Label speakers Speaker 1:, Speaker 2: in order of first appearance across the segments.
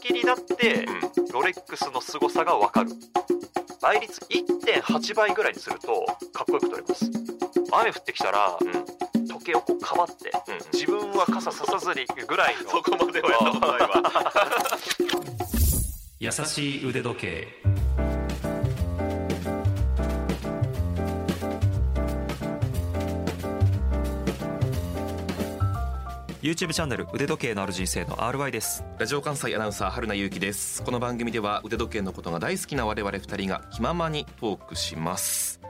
Speaker 1: きになってロレックスの凄さが分かる倍率1.8倍ぐらいにするとかっこよく撮れます雨降ってきたら、時計をこうかばって自分は傘ささずにぐらいの
Speaker 2: そこまではやったことないわ
Speaker 3: 優しい腕時計ユーチューブチャンネル腕時計のある人生の RY です
Speaker 2: ラジオ関西アナウンサー春名優輝ですこの番組では腕時計のことが大好きな我々二人が気ままにトークします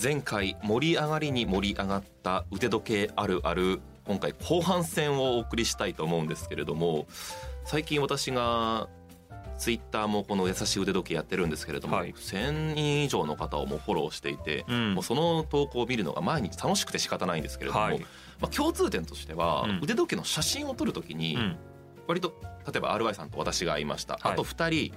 Speaker 2: 前回盛り上がりに盛り上がった腕時計あるある今回後半戦をお送りしたいと思うんですけれども最近私がツイッターもこの優しい腕時計やってるんですけれども、
Speaker 3: はい
Speaker 2: 1000人以上の方をもうフォローしていて、
Speaker 3: うん
Speaker 2: もうその投稿を見るのが毎日楽しくて仕方ないんですけれども、
Speaker 3: はい
Speaker 2: まあ、共通点としては、
Speaker 3: うん
Speaker 2: 腕時計の写真を撮るときに、
Speaker 3: うん
Speaker 2: 割と例えば RY さんと私が会いました、
Speaker 3: はい
Speaker 2: あと2人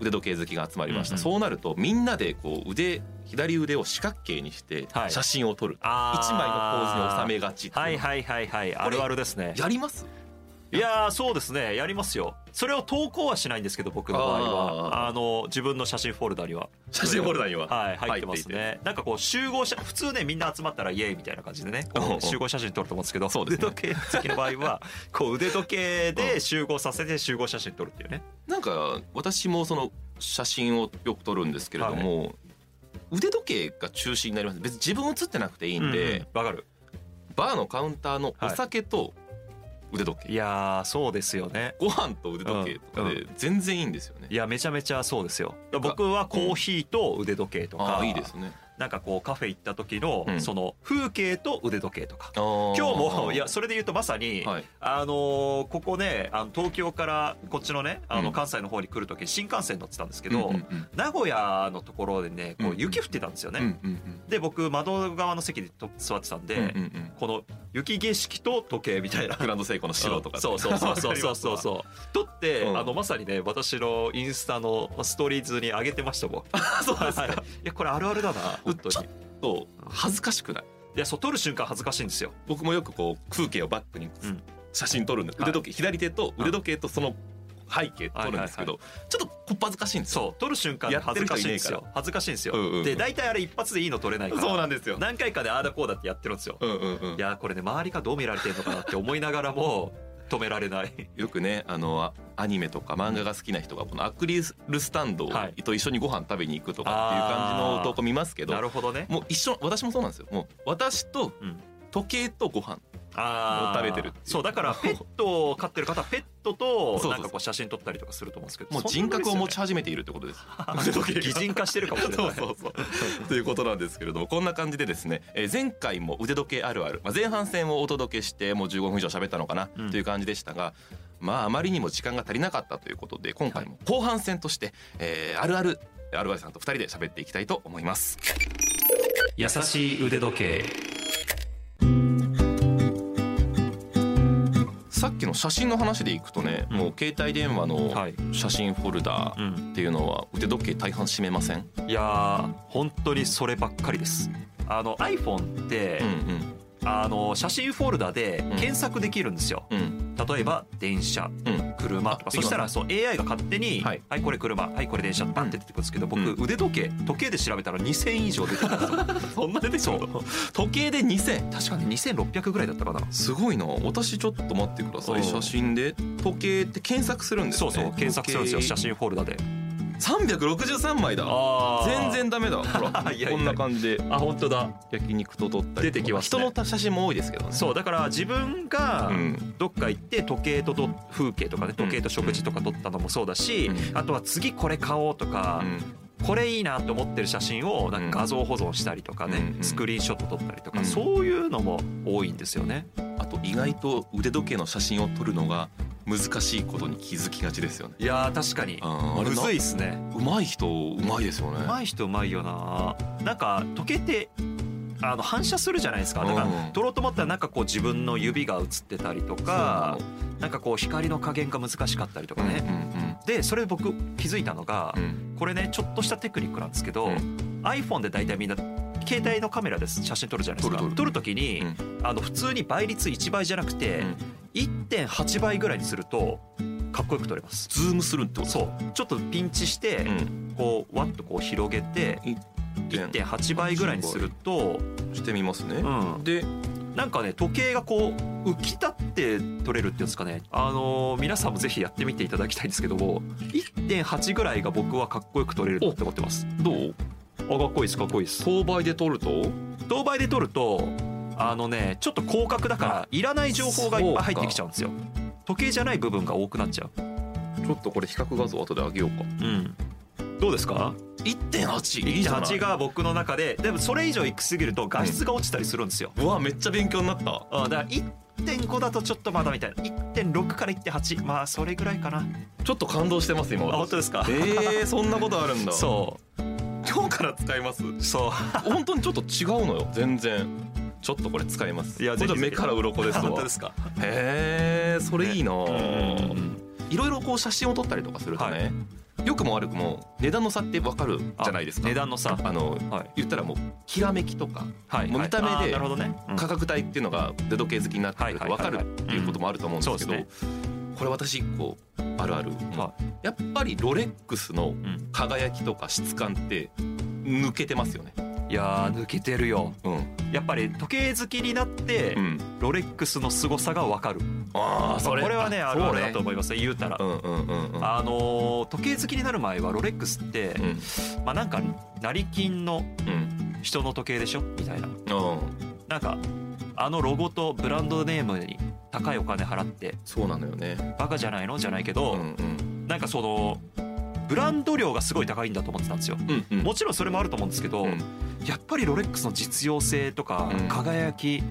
Speaker 2: 腕時計好きが集まりまし
Speaker 3: う
Speaker 2: た、
Speaker 3: んうん
Speaker 2: そうなるとみんなでこう腕左腕を四角形にして
Speaker 3: はい
Speaker 2: 写真を撮る、
Speaker 3: あ
Speaker 2: 一
Speaker 3: ー
Speaker 2: 枚の構図に収めがちっていう
Speaker 3: はいはいはいはいあるあるですね
Speaker 2: やります
Speaker 3: いやーそうですねやりますよそれを投稿はしないんですけど僕の場合はあ
Speaker 2: あ
Speaker 3: の自分の写真フォルダには
Speaker 2: 写真フォルダには
Speaker 3: はい入ってます
Speaker 2: 入っ
Speaker 3: ねなんかこう集合写普通ねみんな集まったらイエーイみたいな感じでね こう
Speaker 2: うんうん
Speaker 3: 集合写真撮ると思うんですけど
Speaker 2: そうですね
Speaker 3: 腕時計好きの場合 はこう腕時計で集合させて集合写真撮るっていうね
Speaker 2: なんか私もその写真をよく撮るんですけれども、腕時計が中心になります別に自分写ってなくていいんで、
Speaker 3: うんうんわかる
Speaker 2: バーのカウンターのお酒と腕時計、
Speaker 3: いやーそうですよね
Speaker 2: ご飯と腕時計とかで全然いいんですよね
Speaker 3: い、やめちゃめちゃそうですよ僕はコーヒーと腕時計と
Speaker 2: あ
Speaker 3: か
Speaker 2: あいいですね
Speaker 3: なんかこうカフェ行った時の
Speaker 2: うん
Speaker 3: その風景と腕時計とか
Speaker 2: 今
Speaker 3: 今日もいやそれで言うとまさに、
Speaker 2: はい
Speaker 3: あのーここねあの東京からこっちのねあ
Speaker 2: う
Speaker 3: の
Speaker 2: ん
Speaker 3: 関西の方に来る時新幹線乗ってたんですけ
Speaker 2: け
Speaker 3: ど、
Speaker 2: うんうん
Speaker 3: 名古屋のところでねこ
Speaker 2: うん
Speaker 3: う雪降ってたんですよね。
Speaker 2: うんうん
Speaker 3: で僕窓側の席でと座ってたんで、
Speaker 2: うんうんうんうん
Speaker 3: この雪景色と時計みたいな。
Speaker 2: グランドセイコーの 白とか
Speaker 3: そうそうそうそうそうそうそう撮って、
Speaker 2: うん
Speaker 3: あのまさにね私のインスタのストーリーズに上げてました もんそうですか、い、やこれあるあるだな本当に
Speaker 2: ちょっと恥ずかしくない
Speaker 3: いやそう撮る瞬間恥ずかしいんですよ
Speaker 2: 僕もよくこう風景をバックに
Speaker 3: うん
Speaker 2: 写真撮るんです、
Speaker 3: はい
Speaker 2: 腕時計左手と腕時計とその背景撮るんですけど、ちょっとこっぱずかしいんですよ
Speaker 3: そう撮る瞬間恥ずかしいんです
Speaker 2: やっ
Speaker 3: よ恥ずかしいんですよ、
Speaker 2: うんうんうん
Speaker 3: で大体あれ一発でいいの撮れないから
Speaker 2: そうなんですよ
Speaker 3: 何回かでああだこうだってやってるんですよ、
Speaker 2: うんうんうん
Speaker 3: いやーこれね周りがどう見られてるのかなって思いながらも止められない
Speaker 2: よくねあのあアニメとか漫画が好きな人がこのアクリルスタンドを
Speaker 3: はい
Speaker 2: と一緒にご飯食べに行くとかっていう感じの投稿見ますけど
Speaker 3: なるほどね
Speaker 2: もう一緒私もそうなんですよもう私と
Speaker 3: うん
Speaker 2: 時計とご飯
Speaker 3: あ
Speaker 2: も
Speaker 3: ー
Speaker 2: う食べてるっていう
Speaker 3: そうだ からペットを飼ってる方はペットと
Speaker 2: そうそうそう
Speaker 3: なんかこう写真撮ったりとかすると思うんですけど
Speaker 2: もう人格を持ち
Speaker 3: そん
Speaker 2: 始めているってこと です。
Speaker 3: なもんですよね
Speaker 2: 時計
Speaker 3: 擬人化してるかもしれない
Speaker 2: そうそうそう。 ということなんですけれども、こんな感じでですね、えー前回も腕時計あるある、まあ、前半戦をお届けして、もう15分以上喋ったのかな、
Speaker 3: うん
Speaker 2: という感じでしたが、まあ、あまりにも時間が足りなかったということで、今回も後半戦として、えーあるある、アルバイさんと2人で喋っていきたいと思います。
Speaker 3: 優しい腕時計
Speaker 2: さっきの写真の話でいくとね、
Speaker 3: うん
Speaker 2: もう携帯電話
Speaker 3: は
Speaker 2: の
Speaker 3: い
Speaker 2: 写真フォルダー
Speaker 3: うん
Speaker 2: っていうのは腕時計大半占めません、
Speaker 3: いやー本当にそればっかりですあの iPhone って、
Speaker 2: うん
Speaker 3: あの写真フォルダで検索できるんですよ、
Speaker 2: うんうん
Speaker 3: 例えば電車
Speaker 2: うん
Speaker 3: 車と
Speaker 2: あ
Speaker 3: かそしたら
Speaker 2: 今
Speaker 3: そう AI が勝手に「
Speaker 2: は
Speaker 3: はいい、これ車はいこれ電車」バンって出てくるんですけど僕、
Speaker 2: う
Speaker 3: 腕時計時計で調べたら2000以上出てくるんですよ
Speaker 2: そんな出てきたの時計で2000
Speaker 3: 確かに2600ぐらいだったかな
Speaker 2: すごいな私ちょっと待ってくださ
Speaker 3: う
Speaker 2: い
Speaker 3: ん
Speaker 2: 写真で時計って検索するんです
Speaker 3: そ
Speaker 2: ね
Speaker 3: うそう検索するんですよ写真フォルダで
Speaker 2: 真363枚だ
Speaker 3: あ
Speaker 2: 全然ダメだほ ら
Speaker 3: いやいや
Speaker 2: こんな感じで
Speaker 3: あ本当だ
Speaker 2: 焼肉と撮ったりとか
Speaker 3: 出てきますね
Speaker 2: 人の写真も多いですけどね
Speaker 3: そうだから自分が
Speaker 2: うん
Speaker 3: どっか行って時計とど風景とかね時計と食事とか撮ったのもそうだし
Speaker 2: う
Speaker 3: あとは次これ買おうとか
Speaker 2: うん
Speaker 3: これいいなと思ってる写真をなんか画像保存したりとかね
Speaker 2: うん
Speaker 3: スクリーンショット撮ったりと
Speaker 2: う
Speaker 3: か
Speaker 2: ん
Speaker 3: そういうのも多いんですよね
Speaker 2: あと意外と腕時計の写真を撮るのが難しいことに気づきがちですよね
Speaker 3: いやー確かに
Speaker 2: あ
Speaker 3: むずい
Speaker 2: い
Speaker 3: っすね
Speaker 2: 上手い人上手いですよね
Speaker 3: うまい人うまいよななんか時計ってあの反射するじゃないですかだから
Speaker 2: うん
Speaker 3: 撮ろうと思ったらなんかこう自分の指が映ってたりとか
Speaker 2: そう
Speaker 3: なんかこう光の加減が難しかったりとか
Speaker 2: うんうん
Speaker 3: ね、でそれ僕気づいたのが
Speaker 2: うんうん
Speaker 3: これねちょっとしたテクニックなんですけど、
Speaker 2: うん
Speaker 3: iPhone で大体みんな携帯のカメラで写真撮るじゃないですか
Speaker 2: 撮る撮
Speaker 3: 撮る時に、あの普通に倍率1倍じゃなくて、
Speaker 2: うん
Speaker 3: 1.8倍ぐらいにするとかっこよく撮れます
Speaker 2: ズームするってこと
Speaker 3: そうちょっとピンチして、
Speaker 2: うん
Speaker 3: こうワッとこう広げて1.8倍ぐらいにすると、
Speaker 2: してみますね、
Speaker 3: うん、
Speaker 2: で
Speaker 3: なんかね時計がこう浮き立って撮れるっていうんですかね、あのー皆さんもぜひやってみていただきたいんですけども1.8ぐらいが僕はかっこよく撮れるなって思ってます
Speaker 2: どう
Speaker 3: あかっこいいですかっこいいです
Speaker 2: 等倍で取ると
Speaker 3: 等倍で撮るとあのねちょっと広角だからいらない情報がいっぱい入ってきちゃうんですよ時計じゃない部分が多くなっちゃう
Speaker 2: ちょっとこれ比較画像後で上げようか
Speaker 3: うんどうですか
Speaker 2: 1.8いいじゃない
Speaker 3: 1.8が僕の中ででもそれ以上いくすぎると画質が落ちたりするんですよ、
Speaker 2: うわめっちゃ勉強になった
Speaker 3: あだから1.5だとちょっとまだみたいな1.6から1.8まあそれぐらいかな
Speaker 2: ちょっと感動してます今
Speaker 3: あ本当ですか
Speaker 2: えー、そんなことあるんだ
Speaker 3: そ
Speaker 2: 今日から使います
Speaker 3: うそう
Speaker 2: 本当にちょっと違うのよ全然ちょっとこれ使います
Speaker 3: いや
Speaker 2: これじ
Speaker 3: ぜ
Speaker 2: ゃ
Speaker 3: ひぜ
Speaker 2: 目
Speaker 3: ひ
Speaker 2: から鱗ですわ
Speaker 3: 本当ですか
Speaker 2: へえそれいいなあ、
Speaker 3: うん
Speaker 2: いろいろこう写真を撮ったりとかするとね、良くも悪くも値段の差ってわかるじゃないですか
Speaker 3: 値段の差
Speaker 2: あの
Speaker 3: はい
Speaker 2: 言ったらもうきらめきとか
Speaker 3: はい
Speaker 2: もう見た目で
Speaker 3: あーなるほどね、うん
Speaker 2: 価格帯っていうのが腕時計好きになってくると分かる
Speaker 3: はいはいはい
Speaker 2: っ
Speaker 3: はい
Speaker 2: ていうこともあると思うんですけど、
Speaker 3: うんそう
Speaker 2: これ私一個あるある、
Speaker 3: は
Speaker 2: やっぱりロレックスの
Speaker 3: ん
Speaker 2: 輝きとか質感って抜けてますよね。
Speaker 3: いやー抜けてるよ
Speaker 2: うん
Speaker 3: やっぱり時計好きになって、
Speaker 2: うん、
Speaker 3: ロレックスの凄さがわかる
Speaker 2: ああそれ
Speaker 3: これはねあるあるだと
Speaker 2: そうね
Speaker 3: 思いますね言うたら、
Speaker 2: うんうんうんうん
Speaker 3: あのー時計好きになる前はロレックスって、
Speaker 2: うん
Speaker 3: まあなんか成金の
Speaker 2: うん
Speaker 3: 人の時計でしょみたいな
Speaker 2: うん
Speaker 3: なんかあのロゴとブランドネームに高いお金払って
Speaker 2: そうなのよね。
Speaker 3: バカじゃないのじゃないけ
Speaker 2: う
Speaker 3: ど、
Speaker 2: んうん
Speaker 3: なんかそのブランド量がすごい高いんだと思ってたんですよ
Speaker 2: うんうん
Speaker 3: もちろんそれもあると思うんですけど、
Speaker 2: うん
Speaker 3: やっぱりロレックスの実用性とか
Speaker 2: うん
Speaker 3: 輝き、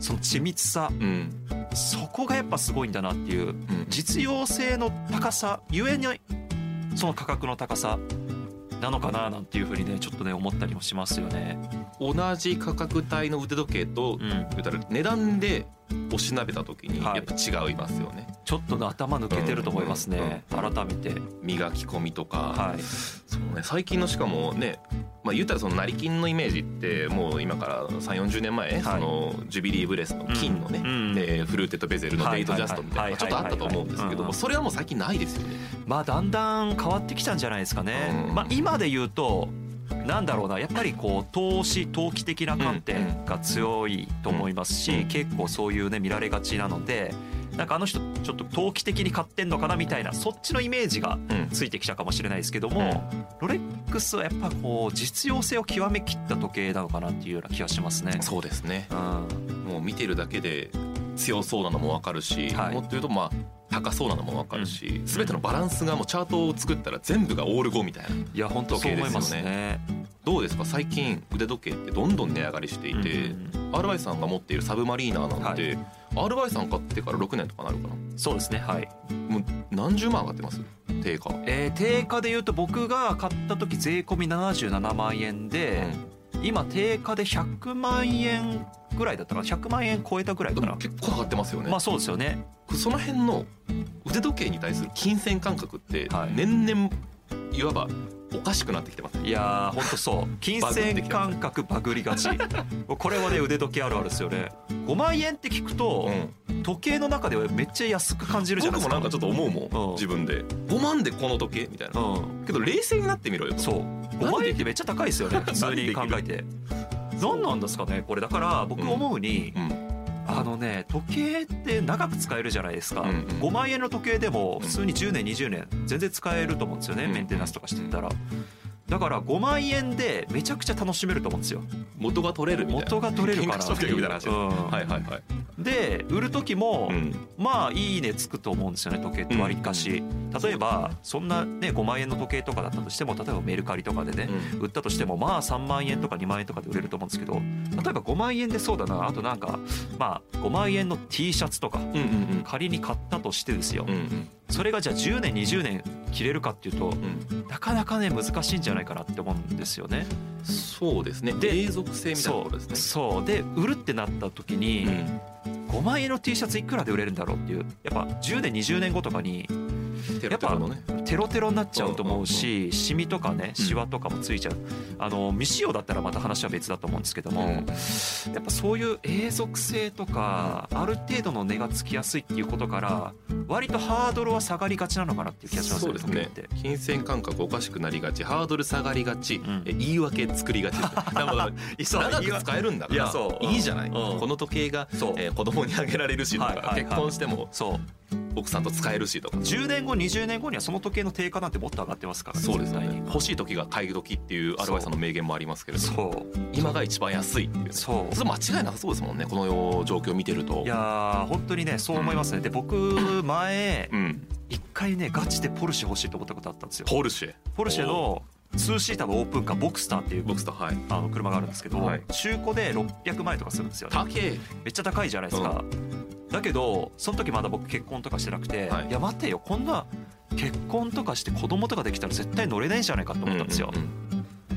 Speaker 3: その緻密さ
Speaker 2: うん
Speaker 3: そこがやっぱすごいんだなっていう
Speaker 2: うん
Speaker 3: 実用性の高さゆえにその価格の高さなのかななんていうふうにねちょっとね思ったりもしますよね。
Speaker 2: 同じ価格帯の腕時計と
Speaker 3: うん、
Speaker 2: 言ったら値段でおしなべた時に
Speaker 3: はい
Speaker 2: やっぱ違いますよね、
Speaker 3: ちょっとね頭抜けてると思いますね、改めて。
Speaker 2: 磨き込みとか、
Speaker 3: はい
Speaker 2: そうね、最近のしかもね、まあ、言ったらその成金のイメージってもう今から3 4 0年前、
Speaker 3: い
Speaker 2: そのジュビリーブレスの金のね、
Speaker 3: うんうん
Speaker 2: でフルーテとベゼルのデイトジャストみたいなのがちょっとあったと思うんですけど
Speaker 3: はいはいはいはいうんう
Speaker 2: も
Speaker 3: ん
Speaker 2: それはもう最近ないですよね。
Speaker 3: まあだんだん変わってきたんじゃないですかね。
Speaker 2: うん
Speaker 3: まあ今で言うとなんだろうなやっぱりこう投資投機的な観点が強いと思いますし、
Speaker 2: うん
Speaker 3: 結構そういうね見られがちなのでなんかあの人ちょっと投機的に買ってんのかなみたいなそっちのイメージが
Speaker 2: うん
Speaker 3: ついてきたかもしれないですけども、ロレックスはやっぱこう実用性を極めきった時計なのかなっていうような気がしますね。
Speaker 2: そうですね
Speaker 3: うん、は
Speaker 2: もう見てるだけで強そうなのも分かるし、
Speaker 3: はい
Speaker 2: もっと言うとまあ高そうなのも分かるし、全てのバランスがもうチャートを作ったら全部がオール5みたいない
Speaker 3: や本当そう思います
Speaker 2: 時計
Speaker 3: ね。
Speaker 2: どうですか最近腕時計ってどんどん値上がりしていて、
Speaker 3: うん
Speaker 2: RY さんが持っているサブマリーナーなんて、RY さん買ってから6年とかなるかな
Speaker 3: そうですねはい。
Speaker 2: もう何十万上がってます定価、
Speaker 3: えー定価で言うと僕が買った時税込み77万円で、今定価で100万円ぐらいだったかな100万円超えたぐらい
Speaker 2: で
Speaker 3: かな
Speaker 2: も、結構上がってますよね、
Speaker 3: まあそうですよね
Speaker 2: その辺の腕時計に対する金銭感覚って
Speaker 3: はい
Speaker 2: 年々いわばおかしくなってきてますね
Speaker 3: いやーほんとそう金銭感覚バグりがちこれはね腕時計あるあるですよね5万円って聞くと、
Speaker 2: うん
Speaker 3: 時計の中ではめっちゃ安く感じるじゃな
Speaker 2: 僕
Speaker 3: いで
Speaker 2: も
Speaker 3: す
Speaker 2: な
Speaker 3: か
Speaker 2: んかちょっと思うも
Speaker 3: う
Speaker 2: ん、
Speaker 3: ん
Speaker 2: 自分で5万でこの時計みたいな、
Speaker 3: うん
Speaker 2: けど冷静になってみろよと
Speaker 3: そう5万円ってめっちゃ高いですよね普通に考えて
Speaker 2: そう
Speaker 3: 何なんですかねこれだから僕思うに、
Speaker 2: うん
Speaker 3: あのね時計って長く使えるじゃないですか、
Speaker 2: うんうん
Speaker 3: 5万円の時計でも普通に10年20年全然使えると思うんですよね、
Speaker 2: うん
Speaker 3: メンテナンスとかしてたらだから5万円でめちゃくちゃ楽しめると思うんですよ
Speaker 2: 元が取れるみたいな
Speaker 3: 元が取れるから
Speaker 2: 喧嘩しとけよみたいな話です
Speaker 3: うん
Speaker 2: はいはいはい、
Speaker 3: で売る時も、
Speaker 2: うん
Speaker 3: まあいいねつくと思うんですよね時計って割りかし、例えばそんなね5万円の時計とかだったとしても例えばメルカリとかでね、売ったとしてもまあ3万円とか2万円とかで売れると思うんですけど例えば5万円でそうだなあとなんかまあ5万円の T シャツとか
Speaker 2: うんうんうん
Speaker 3: 仮に買ったとしてですよ
Speaker 2: うんうん
Speaker 3: それがじゃあ10年20年着れるかっていうと
Speaker 2: うん
Speaker 3: なかなかね難しいんじゃないかなって思うんですよね。
Speaker 2: そうですね。
Speaker 3: で
Speaker 2: 永続性みたいなと
Speaker 3: そ
Speaker 2: ころです
Speaker 3: う
Speaker 2: ね。
Speaker 3: そうで売るってなった時に5万円の T シャツいくらで売れるんだろうっていうやっぱ10年20年後とかに
Speaker 2: テロテロのね
Speaker 3: テロテロになっちゃうと思うし、シミとかねシワとかもついちゃう、あの未使用だったらまた話は別だと思うんですけども、
Speaker 2: うん
Speaker 3: やっぱそういう永続性とかある程度の値がつきやすいっていうことから割とハードルは下がりがちなのかなっていう気がします
Speaker 2: そう
Speaker 3: ね
Speaker 2: です
Speaker 3: 時計っ
Speaker 2: ね
Speaker 3: て。
Speaker 2: 金銭感覚おかしくなりがちハードル下がりがち、
Speaker 3: ん
Speaker 2: え言い訳作りがち ですねだから
Speaker 3: いそう
Speaker 2: 長く使えるんだか
Speaker 3: いや
Speaker 2: ら
Speaker 3: そう
Speaker 2: いいじゃない、
Speaker 3: うん
Speaker 2: この時計が、
Speaker 3: そう
Speaker 2: えー子供にあげられるしとか、
Speaker 3: はいはいはい
Speaker 2: 結婚しても
Speaker 3: そう
Speaker 2: 奥さんと使えるしとか
Speaker 3: 10年後20年後にはその時計の定価なんてもっと上がってますから
Speaker 2: そうです
Speaker 3: 絶対
Speaker 2: ね
Speaker 3: に
Speaker 2: 欲しい時が買い時っていうアルバイさんの名言もありますけれども
Speaker 3: そう
Speaker 2: 今が一番安いっていうね
Speaker 3: そう
Speaker 2: それ間違いなさそうですもんねこの状況を見てると
Speaker 3: いやー本当にねそう思いますねで僕前
Speaker 2: うん
Speaker 3: 一回ねガチでポルシェ欲しいと思ったことあったんですよ
Speaker 2: ポルシェ
Speaker 3: ポルシェのツーシーターのオープンカーボクスターっていう
Speaker 2: ボクスターはい
Speaker 3: あの車があるんですけど、
Speaker 2: はい
Speaker 3: 中古で600万円とかするんですよね
Speaker 2: 高え
Speaker 3: めっちゃ高いじゃないですか、だけどその時まだ僕結婚とかしてなくて、
Speaker 2: はい
Speaker 3: い、や待てよこんな結婚とかして子供とかできたら絶対乗れないんじゃないかと思ったんですよ、
Speaker 2: うんうん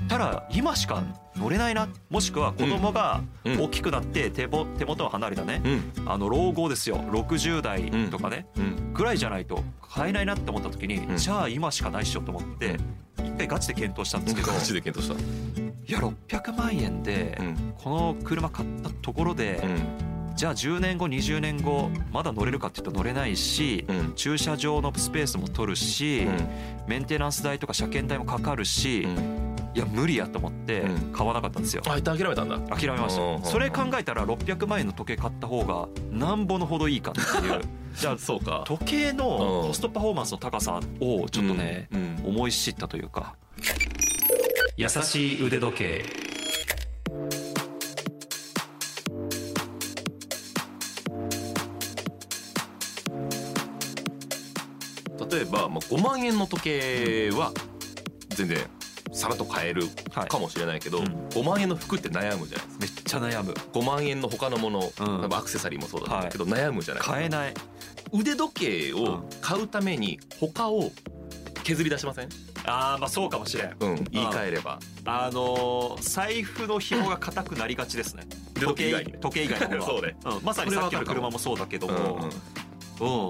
Speaker 3: ただ今しか乗れないなもしくは子供が
Speaker 2: うん
Speaker 3: 大きくなって手ぼ手元を離れたね
Speaker 2: うん
Speaker 3: あの老後ですよ60代とかね
Speaker 2: うん
Speaker 3: ぐらいじゃないと買えないなって思った時に、
Speaker 2: うん
Speaker 3: じゃあ今しかないっしょと思って一回ガチで検討したんですけど
Speaker 2: ガチで検討し
Speaker 3: いや600万円で
Speaker 2: たうん
Speaker 3: この車買ったところで、
Speaker 2: うん
Speaker 3: じゃあ10年後20年後まだ乗れるかって言うと乗れないし、
Speaker 2: うん
Speaker 3: 駐車場のスペースも取るし、メンテナンス代とか車検代もかかるし、
Speaker 2: うん
Speaker 3: いや無理やと思って
Speaker 2: うん
Speaker 3: 買わなかったんですよ。
Speaker 2: あ一旦諦めたんだ
Speaker 3: 諦めまし
Speaker 2: うん
Speaker 3: たそれ考えたら600万円の時計買った方がなんぼのほどいいかって いうじゃあ
Speaker 2: そうか
Speaker 3: 時計の
Speaker 2: うん
Speaker 3: コストパフォーマンスの高さをちょっとね、
Speaker 2: うんうん
Speaker 3: 思い知ったというか優しい腕時計
Speaker 2: 例えば、まあ、5万円の時計は全然さらっと買える
Speaker 3: はい
Speaker 2: かもしれないけど、
Speaker 3: うん
Speaker 2: 5万円の服って悩むじゃないですか
Speaker 3: めっちゃ悩む
Speaker 2: 5万円の他のもの、
Speaker 3: うん
Speaker 2: 多分アクセサリーもそうだけど、悩むじゃないですか
Speaker 3: 買えない
Speaker 2: 腕時計を買うために他を削り出しません、
Speaker 3: あーまあそうかもしれん
Speaker 2: うん、言い換えれば
Speaker 3: あのー財布の紐が硬くなりがちですね
Speaker 2: 腕 時計以外にね
Speaker 3: 時計以外のものは
Speaker 2: そうね
Speaker 3: んまさにさっきの車
Speaker 2: それはわかるか
Speaker 3: もそうだけど
Speaker 2: うん
Speaker 3: も、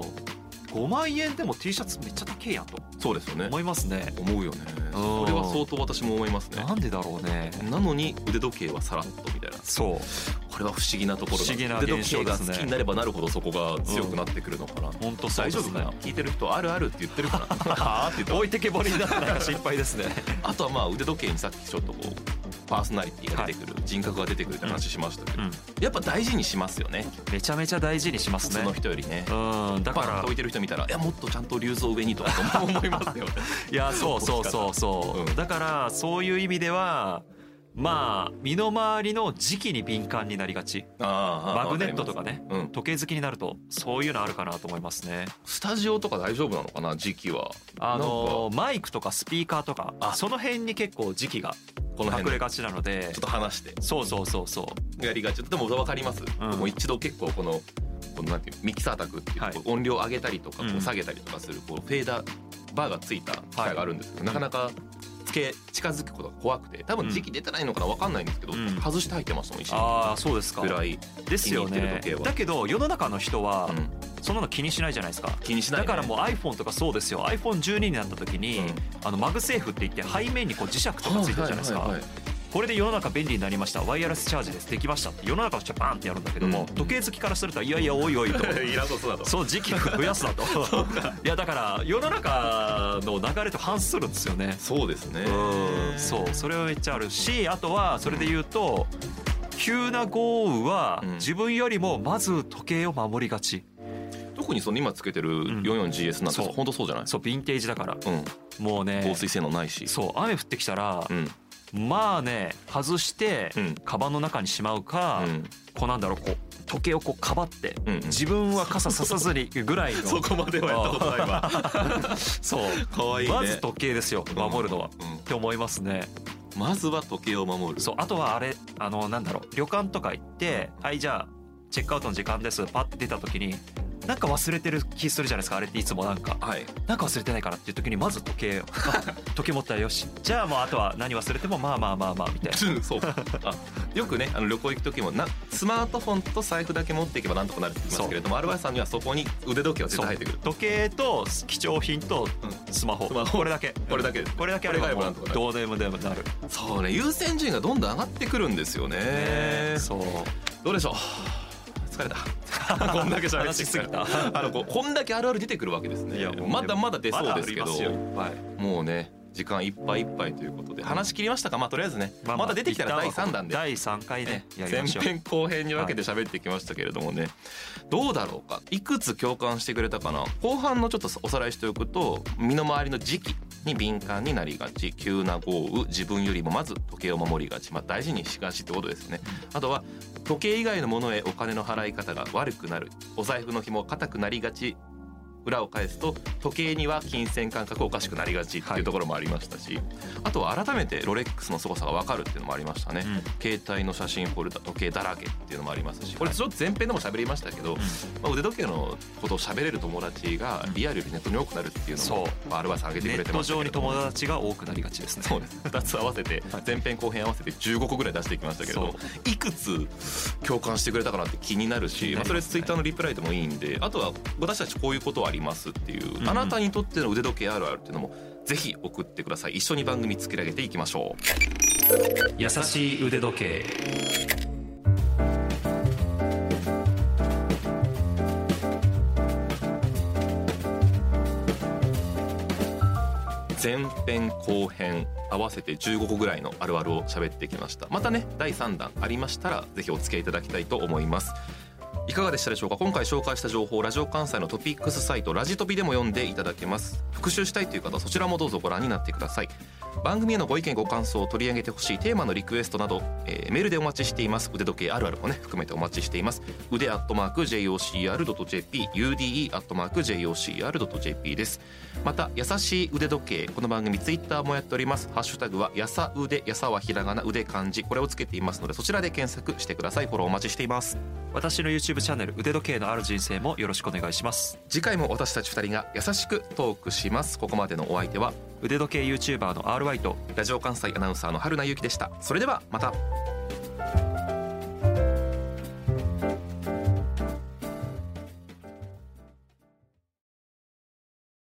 Speaker 2: うん
Speaker 3: うん5万円でも T シャツめっちゃ高えやと
Speaker 2: そうですよね
Speaker 3: 思いますね
Speaker 2: 思うよね
Speaker 3: うん
Speaker 2: それは相当私も思いますね
Speaker 3: なんでだろうね
Speaker 2: なのに腕時計はさらっとみたいな
Speaker 3: そう
Speaker 2: これは不思議なところだ
Speaker 3: 不思議な
Speaker 2: 腕
Speaker 3: 現
Speaker 2: 時
Speaker 3: 象
Speaker 2: 計
Speaker 3: で
Speaker 2: が
Speaker 3: す
Speaker 2: 好
Speaker 3: ね
Speaker 2: きになればなるほどそこが強くなってくるのかな、
Speaker 3: 本当そう
Speaker 2: 大
Speaker 3: ですね
Speaker 2: 丈夫か な聞いてる人あるあるって言ってるかなあーって言った
Speaker 3: 置いてけぼりになったら心配 ですね
Speaker 2: あとはまあ腕時計にさっきちょっとこうパーソナリティが出てくる、人格が出てくるって話しましたけど、
Speaker 3: うん
Speaker 2: やっぱ大事にしますよね
Speaker 3: めちゃめちゃ大事にします
Speaker 2: その
Speaker 3: ね
Speaker 2: 人よりね
Speaker 3: うんだ
Speaker 2: パッ
Speaker 3: か
Speaker 2: と置いてる人見たらいやもっとちゃんと流蔵上にとか思いますよ ね
Speaker 3: らいやそうそうそうそう、
Speaker 2: うん
Speaker 3: だからそういう意味ではまあ身の回りの時期に敏感になりがち
Speaker 2: あ
Speaker 3: マグネットとか
Speaker 2: ね
Speaker 3: ね
Speaker 2: うん、
Speaker 3: 時計好きになるとそういうのあるかなと思いますね
Speaker 2: スタジオとか大丈夫なのかな時期は
Speaker 3: あ
Speaker 2: なん
Speaker 3: のマイクとかスピーカーとか
Speaker 2: あ
Speaker 3: その辺に結構時期が
Speaker 2: かこの
Speaker 3: 隠れ
Speaker 2: 辺でちょ
Speaker 3: がちなので
Speaker 2: っと話して
Speaker 3: そうそうそうそ
Speaker 2: やりがちでも分かります、
Speaker 3: ん
Speaker 2: もう一度結構このこのなんていうミキサー卓っていう、
Speaker 3: はい
Speaker 2: こう音量上げたりとか
Speaker 3: うん
Speaker 2: こう下げたりとかするこうフェーダーバーがついた機械があるんですけど、なかなかつけ近づくことが怖くて多分時期出てないのかな分かんないんですけど、
Speaker 3: うん
Speaker 2: 外して入ってましたもん一
Speaker 3: う
Speaker 2: 緒に
Speaker 3: ああそうですか
Speaker 2: ぐらい、
Speaker 3: ですよ
Speaker 2: 気に入っ
Speaker 3: ね
Speaker 2: てる時計は
Speaker 3: だけど世の中の人は
Speaker 2: うん
Speaker 3: そんなの気にしないじゃないですか
Speaker 2: 気にしない、
Speaker 3: だ
Speaker 2: ね、
Speaker 3: からもう iPhone とかそうですよ iPhone12 になった時に、
Speaker 2: うん
Speaker 3: あのマグセーフって言って背面にこう磁石とかついてるじゃないですか、
Speaker 2: はいはいはいはい
Speaker 3: これで世の中便利になりましたワイヤレスチャージですできましたって世の中の人はバーンってやるんだけども、
Speaker 2: うん
Speaker 3: 時計好きからするといやいやおいお いと
Speaker 2: いらんことだと
Speaker 3: そう時期を増やす なといやだから世の中の流れと反するんですよね
Speaker 2: そうですね
Speaker 3: うんそうそれはめっちゃあるしあとはそれで言うと急な豪雨は
Speaker 2: うん
Speaker 3: 自分よりもまず時計を守りがち
Speaker 2: 特にその今つけてる 44GS なんて、
Speaker 3: そう
Speaker 2: 本当そうじゃない
Speaker 3: そうヴィンテージだから
Speaker 2: うん
Speaker 3: もうね
Speaker 2: 防水性能ないし、
Speaker 3: そう雨降ってきたら
Speaker 2: うん
Speaker 3: まあね外して
Speaker 2: うん
Speaker 3: カバンの中にしまうか
Speaker 2: うん
Speaker 3: こうなんだろうこう時計をこうかばって
Speaker 2: うんうん
Speaker 3: 自分は傘ささずにぐらいの
Speaker 2: そこまではやったことないわ
Speaker 3: そう
Speaker 2: 可愛いね
Speaker 3: まず時計ですよ守るのは。
Speaker 2: うん
Speaker 3: って思いますね
Speaker 2: まずは時計を守る
Speaker 3: そうあとはあれあのなんだろう旅館とか行ってはいじゃあチェックアウトの時間ですパッて出た時になんか忘れてる気するじゃないですかあれっていつもなんか
Speaker 2: はい
Speaker 3: なんか忘れてないかなっていう時にまず時計を あ時計持ったらよしじゃあもうあとは何忘れてもまあまあまあまあみたいな
Speaker 2: うんそうあよくねあの旅行行く時もなスマートフォンと財布だけ持っていけばなんとかなるって言いますけれどもアルバイトさんにはそこに腕時計は絶対入ってくる
Speaker 3: 時計と貴重品と
Speaker 2: う
Speaker 3: スマホ,、
Speaker 2: スマホ
Speaker 3: これだけ
Speaker 2: これだけですね
Speaker 3: これだけあれば
Speaker 2: これが
Speaker 3: も
Speaker 2: あればな
Speaker 3: う
Speaker 2: んとかなる
Speaker 3: どうでもでもなる
Speaker 2: そうね優先順位がどんどん上がってくるんですよね
Speaker 3: そう
Speaker 2: どうでしょう疲 れた こんだけ喋って
Speaker 3: 話し
Speaker 2: き
Speaker 3: す
Speaker 2: た
Speaker 3: ぎ た
Speaker 2: あのこうこんだけあるある出てくるわけですね
Speaker 3: もう
Speaker 2: まだまだ出そうですけど
Speaker 3: まだありますよいっぱい
Speaker 2: もうね時間いっぱいいっぱいということで話し切りましたかまあとりあえずね、ま
Speaker 3: まあまあ
Speaker 2: だ出てきたら第3弾で、
Speaker 3: 第3回ね
Speaker 2: ね
Speaker 3: やり
Speaker 2: 前
Speaker 3: ましょう
Speaker 2: 編後編に分けて喋ってきましたけれどもね、どうだろうかいくつ共感してくれたかな後半のちょっとおさらいしておくと身の回りの時期に敏感になりがち急な豪雨自分よりもまず時計を守りがち、まあ、大事にしがちってことですねあとは時計以外のものへお金の払い方が悪くなるお財布の紐固くなりがち裏を返すと時計には金銭感覚おかしくなりがちっていうところもありましたし、あとは改めてロレックスの凄さが分かるっていうのもありましたね、
Speaker 3: うん
Speaker 2: 携帯の写真フォルダ時計だらけっていうのもありますしこれちょっと前編でも喋りましたけど、まあ、腕時計のことを喋れる友達がリアルよりネットに多くなるっていうのも
Speaker 3: そ、
Speaker 2: まあ、アルバさん挙げて
Speaker 3: ネ
Speaker 2: くれ
Speaker 3: ッ
Speaker 2: て
Speaker 3: ト
Speaker 2: ました
Speaker 3: 上
Speaker 2: け
Speaker 3: に
Speaker 2: れども
Speaker 3: 友達が多くなりがちですね
Speaker 2: そうです2つ合わせて前編後編合わせて15個ぐらい出してきましたけれど
Speaker 3: そ
Speaker 2: いくつ共感してくれたかなって気になるし、まあ、それツイッターのリプライでもいいんであとは私たちこういうことはありますっていう、
Speaker 3: うん
Speaker 2: あなたにとっての腕時計あるあるっていうのもぜひ送ってください一緒に番組作り上げていきましょう
Speaker 3: 優しい腕時計
Speaker 2: 前編後編合わせて15個ぐらいのあるあるを喋ってきましたまたね第3弾ありましたらぜひお付き合いいただきたいと思いますいかがでしたでしょうか今回紹介した情報ラジオ関西のトピックスサイトラジトピでも読んでいただけます復習したいという方はそちらもどうぞご覧になってください番組へのご意見ご感想を取り上げてほしいテーマのリクエストなど、えーメールでお待ちしています腕時計あるあるもね含めてお待ちしています腕アットマーク JOCR.jp UDE アットマーク JOCR.jp ですまた優しい腕時計この番組ツイッターもやっておりますハッシュタグはやさ腕やさはひらがな腕漢字これをつけていますのでそちらで検索してくださいフォローお待ちしています
Speaker 3: 私の YouTube チャンネル腕時計のある人生もよろしくお願いします
Speaker 2: 次回も私たち二人が優しくトークしますここまでのお相手は
Speaker 3: 腕時計 YouTuber の RY と
Speaker 2: ラジオ関西アナウンサーの春名由紀でしたそれではまた